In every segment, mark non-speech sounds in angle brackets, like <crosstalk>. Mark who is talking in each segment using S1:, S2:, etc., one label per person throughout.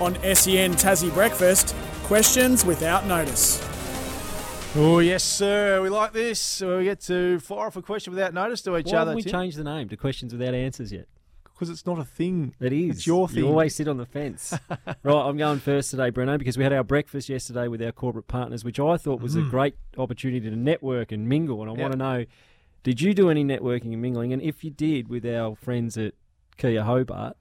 S1: on SEN Tassie Breakfast Questions Without Notice.
S2: Oh yes, sir. We like this. We get to fire off a question without notice to each
S3: Why
S2: other.
S3: haven't we changed the name to questions without answers yet?
S2: Because it's not a thing.
S3: It is.
S2: It's your thing.
S3: You always sit on the <laughs> fence. right, I'm going first today, Breno, because we had our breakfast yesterday with our corporate partners, which I thought was a great opportunity to network and mingle. And I
S2: Yeah.
S3: want to know, did you do any networking and mingling? And if you did with our friends at Kia Hobart,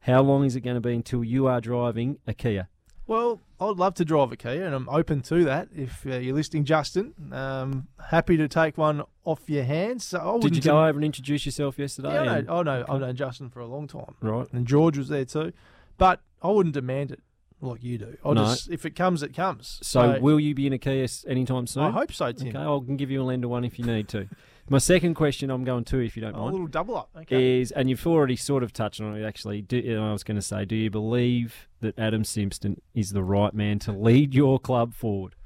S3: how long is it going to be until you are driving a Kia?
S2: Well, I'd love to drive a Kia, and I'm open to that. If uh, you're listening, Justin, um, happy to take one off your hands. So I
S3: Did you
S2: wouldn't-
S3: go over and introduce yourself yesterday?
S2: Yeah, I
S3: and-
S2: know, I know, I've known Justin for a long time,
S3: Right.
S2: and George was there too, but I wouldn't demand it like you do. I will
S3: No.
S2: just if it comes, it comes.
S3: So, will you be in a Kia s- anytime soon?
S2: I hope so, Tim.
S3: Okay, I can give you a lender one if you
S2: <laughs>
S3: need to. My second question, I'm going two if you don't
S2: A
S3: mind.
S2: little double up. Oh, Okay.
S3: is, and you've already sort of touched on it actually. Do, and I was going to say, do you believe that Adam Simpson is the right man to lead your club
S2: <laughs>
S3: forward?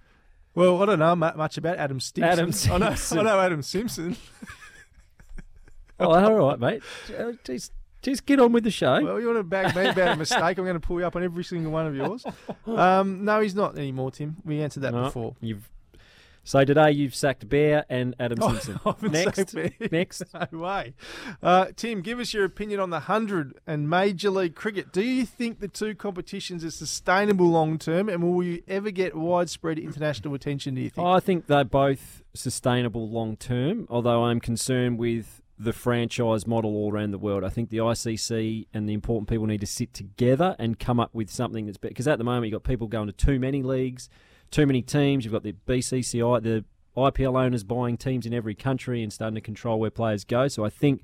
S2: Well, I don't know mu- much about Adam Simpson. <laughs>
S3: Adam
S2: I
S3: Simpson.
S2: know, I know Adam Simpson.
S3: Oh, all right, mate. Uh, Just, just get on with the show.
S2: Well, you want to bag me
S3: <laughs>
S2: about a mistake? I'm going to pull you up on every single one of yours. Um, no, he's not anymore, Tim. We answered that
S3: No,
S2: before. <laughs>
S3: You've so today you've sacked Bear and Adam
S2: Oh,
S3: Simpson.
S2: <laughs> I haven't
S3: next,
S2: sacked Bear.
S3: next.
S2: <laughs> No way. Uh, Tim, give us your opinion on the 100 and Major League Cricket. Do you think the two competitions are sustainable long term and will you ever get widespread international attention, do you think?
S3: I think they're both sustainable long term, although I'm concerned with the franchise model all around the world. I think the ICC and the important people need to sit together and come up with something that's better. Because at the moment, you've got people going to too many leagues, too many teams. You've got the BCCI, the IPL owners buying teams in every country and starting to control where players go. So I think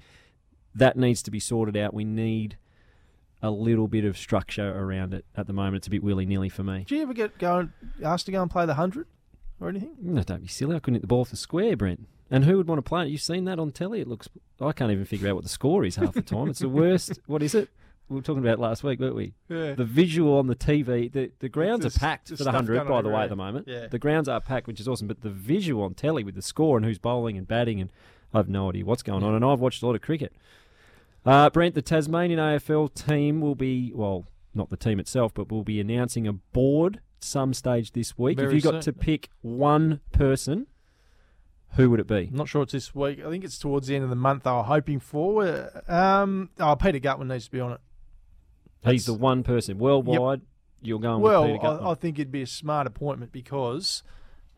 S3: that needs to be sorted out. We need a little bit of structure around it at the moment. It's a bit willy nilly for me.
S2: Did you ever get go and asked to go and play the 100 or anything?
S3: No, don't be silly. I couldn't hit the ball off the square, Brent. And who would want to play it? You've seen that on telly. It looks. I can't even figure out what the score is half the time. It's the worst. What is it? We were talking about it last week, weren't we?
S2: Yeah.
S3: The visual on the TV. The, the grounds
S2: There's-
S3: are packed
S2: there's
S3: for the
S2: stuff
S3: hundred.
S2: going
S3: By
S2: on
S3: the way,
S2: everywhere.
S3: at the moment,
S2: Yeah.
S3: the grounds are packed, which is awesome. But the visual on telly with the score and who's bowling and batting, and I've no idea what's going on. And I've watched a lot of cricket. Uh, Brent, the Tasmanian AFL team will be well, not the team itself, but will be announcing a board some stage this week.
S2: Very
S3: if you got
S2: soon.
S3: to pick one person, who would it be?
S2: I'm not sure it's this week. I think it's towards the end of the month they were hoping for. Uh, Um, oh, Peter Gutman needs to be on it.
S3: He's the one person worldwide. You're going with
S2: Well,
S3: Peter Gutman.
S2: I, I think it'd be a smart appointment because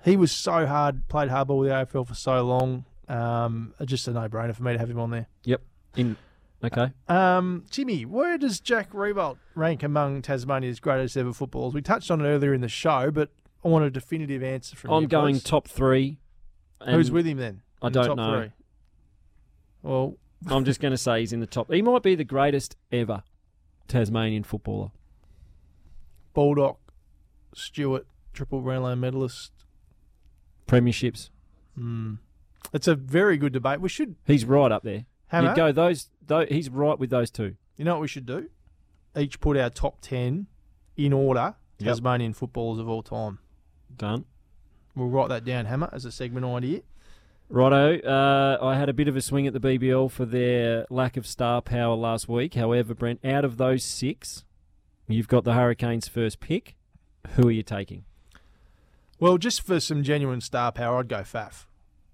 S2: he was so hard, played hardball with the AFL for so long. Um, just a no-brainer for me to have him on there.
S3: yep. In okay.
S2: Um, Jimmy, where does Jack Rebolt rank among Tasmania's greatest ever footballers? We touched on it earlier in the show, but I want a definitive answer from
S3: I'm
S2: you,
S3: going
S2: please.
S3: top three. and
S2: Who's with him then?
S3: I
S2: in the
S3: don't
S2: top
S3: know.
S2: Three? Well,
S3: I'm just going to say he's in the top. He might be the greatest ever Tasmanian footballer.
S2: Baldock, Stewart, triple Brownlow medalist. Hmm.
S3: Premierships.
S2: It's a very good debate. We should
S3: He's right up there.
S2: have
S3: You'd go those. Though he's right with those two.
S2: You know what we should do? Each put our top 10 in order
S3: Yep.
S2: Tasmanian footballers of all time.
S3: Done.
S2: We'll write that down, Hammer, as a segment idea.
S3: Righto. Uh, I had a bit of a swing at the BBL for their lack of star power last week. However, Brent, out of those six, you've got the Hurricanes' first pick. Who are you taking?
S2: Well, just for some genuine star power, I'd go Faf.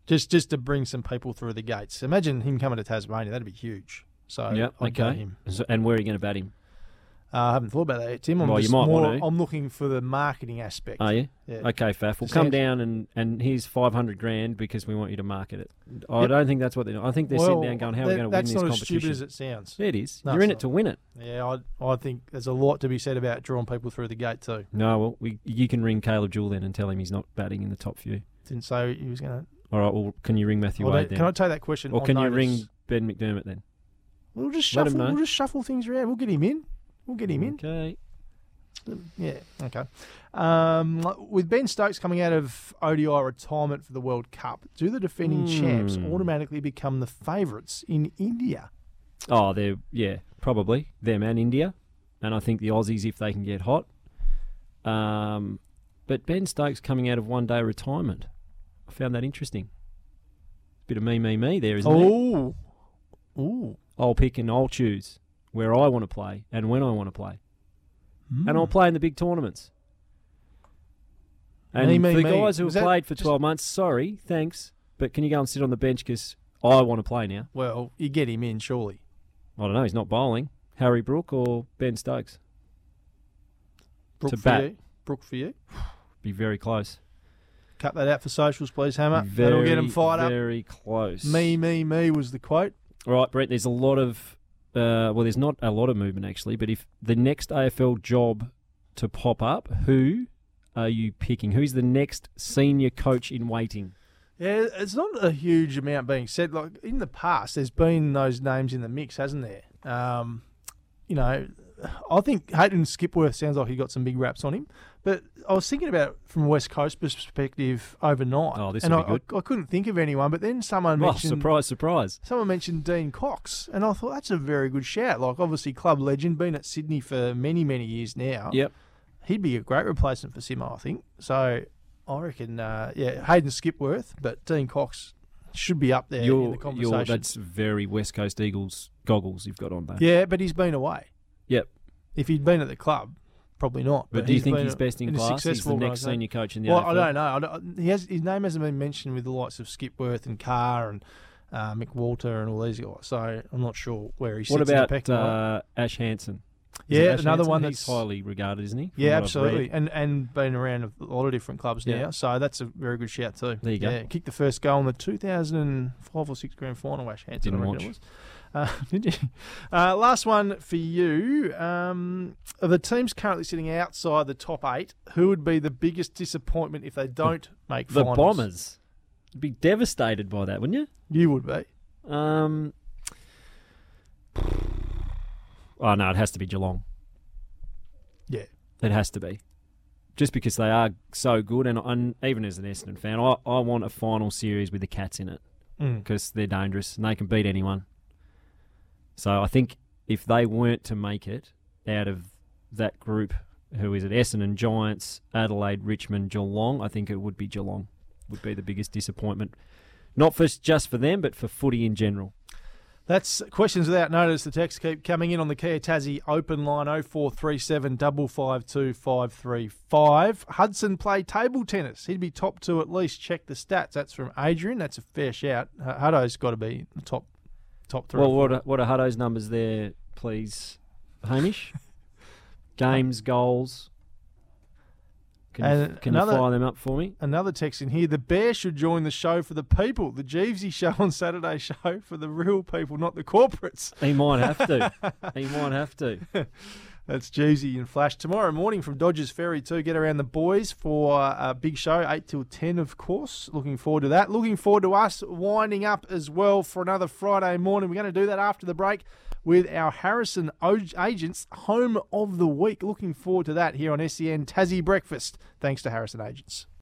S2: Just just to bring some people through the gates. Imagine him coming to Tasmania. That'd be huge. So I'd go him.
S3: So- and where are you going to bat him?
S2: Uh, I haven't thought about that yet, Tim. I'm
S3: Well, you
S2: just
S3: might Oh,
S2: more,
S3: want to.
S2: I'm looking for the marketing aspect.
S3: Are you?
S2: Yeah.
S3: Okay, Faf. We'll
S2: Just
S3: come
S2: answer.
S3: down and, and here's 500 grand because we want you to market it. I
S2: Yep.
S3: don't think that's what they're doing. I think they're
S2: well,
S3: sitting down going, how are we
S2: that-
S3: going to win
S2: That's
S3: this
S2: not as
S3: competition?
S2: stupid as it sounds.
S3: Yeah, it is.
S2: No,
S3: You're in
S2: it's
S3: it to win it.
S2: Yeah, I, I think there's a lot to be said about drawing people through the gate, too.
S3: No, well, we, you can ring Caleb Jewell then and tell him he's not batting in the top few.
S2: Didn't say he was going
S3: All right, well, can you ring Matthew Wade
S2: to.
S3: then?
S2: Can I take that question?
S3: or
S2: on
S3: can you
S2: notice?
S3: ring Ben McDermott then?
S2: We'll just
S3: Let 'em
S2: shuffle.
S3: know.
S2: We'll just shuffle things around. We'll get him in. We'll get him in.
S3: Okay.
S2: Yeah. Okay. Um, with Ben Stokes coming out of ODI retirement for the World Cup, do the defending champs
S3: Hmm.
S2: automatically become the favourites in India?
S3: Oh, they're, yeah, probably. Them and India. And I think the Aussies, if they can get hot. Um, but Ben Stokes coming out of one day retirement. I found that interesting. Bit of me, me, me there, isn't it?
S2: Oh. Ooh.
S3: I'll pick and I'll choose where I want to play and when I want to play. and
S2: Hmm.
S3: I'll play in the big tournaments. And
S2: Me, me,
S3: for the
S2: me.
S3: guys who
S2: Was
S3: have
S2: that
S3: played for
S2: just-
S3: 12 months, sorry, thanks, but can you go and sit on the bench because I want to play now?
S2: Well, you get him in, surely.
S3: I don't know, he's not bowling. Harry Brook or Ben Stokes?
S2: Brooke
S3: To
S2: for
S3: bat.
S2: you. Brooke for you.
S3: Be very close.
S2: Cut that out for socials, please, Hammer.
S3: Be
S2: That'll get him fired up.
S3: Very close.
S2: Me, me, me was the quote.
S3: All right, Brent, there's a lot of, uh, well, there's not a lot of movement actually, but if the next AFL job to pop up, who are you picking? Who's the next senior coach in waiting?
S2: Yeah, it's not a huge amount being said. Like in the past, there's been those names in the mix, hasn't there? Um, you know, I think Hayden Skipworth sounds like he got some big raps on him. But I was thinking about it from a West Coast perspective overnight.
S3: Oh, this
S2: and
S3: would
S2: I,
S3: be good.
S2: I, I couldn't think of anyone, but then someone
S3: Well,
S2: mentioned
S3: Oh, surprise, surprise.
S2: someone mentioned Dean Cox, and I thought that's a very good shout. Like obviously club legend, been at Sydney for many many years now.
S3: Yep.
S2: he'd be a great replacement for Simo, I think. So I reckon, uh, yeah, Hayden Skipworth, but Dean Cox should be up there in the conversation.
S3: that's very West Coast Eagles goggles you've got on there.
S2: Yeah, but he's been away.
S3: Yep.
S2: If he'd been at the club, probably not.
S3: But, do you think
S2: been
S3: he's best in,
S2: a
S3: class? He's the
S2: successful
S3: next
S2: organisation.
S3: senior coach in the
S2: Well,
S3: AFL.
S2: I don't know. I don't- he has, his name hasn't been mentioned with the likes of Skipworth and Carr and uh, McWalter and all these guys. So I'm not sure where he sits
S3: What
S2: in the
S3: about
S2: pecking order.
S3: uh, Ash Hanson? Is it
S2: Yeah,
S3: Ash
S2: another
S3: Hanson?
S2: one
S3: He's
S2: that's
S3: highly regarded, isn't he? From
S2: Yeah,
S3: what I've
S2: absolutely,
S3: read.
S2: and and been around a lot of different clubs
S3: Yeah.
S2: now, so that's a very good shout too.
S3: There you go.
S2: Yeah, kicked the first goal in the 2005 or six grand final. Ash Hanson, I
S3: Didn't
S2: reckon
S3: watch.
S2: it was. Uh, <laughs> did you? Uh, last one for you. Um, of the teams currently sitting outside the top eight, who would be the biggest disappointment if they don't make
S3: The
S2: finals?
S3: Bombers. You'd be devastated by that, wouldn't
S2: You would be.
S3: you? Um, oh, no, it has to be Geelong.
S2: Yeah.
S3: It has to be. Just because they are so good, and, and even as an Essendon fan, I, I want a final series with the Cats in it.
S2: Mm.
S3: because they're dangerous and they can beat anyone. So I think if they weren't to make it out of that group, who is it? Essendon, Giants, Adelaide, Richmond, Geelong. I think it would be Geelong would be the biggest disappointment, not for just for them, but for footy in general.
S2: That's questions without notice. The texts keep coming in on the Kia Tassie open line 0437 552 535. Hudson play table tennis. He'd be top two at least. Check the stats. That's from Adrian. That's a fair shout. H- Hutto's got to be in the top top three.
S3: Well, what are, what are Hutto's numbers there, please,
S2: <laughs>
S3: Hamish? Games, goals. Can, you,
S2: And
S3: can you
S2: another-
S3: fire them up for me?
S2: Another text in here. The bear should join the show for the people. The Jeevesy show on Saturday <laughs> show for the real people, not the corporates.
S3: He might have to. he might have to.
S2: That's Jeezy and Flash. Tomorrow morning from Dodgers Ferry too. Get around the boys for a big show, 8 till 10, of course. Looking forward to that. Looking forward to us winding up as well for another Friday morning. We're going to do that after the break with our Harrison O- Agents E Home of the Week. Looking forward to that here on SEN Tassie Breakfast. Thanks to Harrison Agents.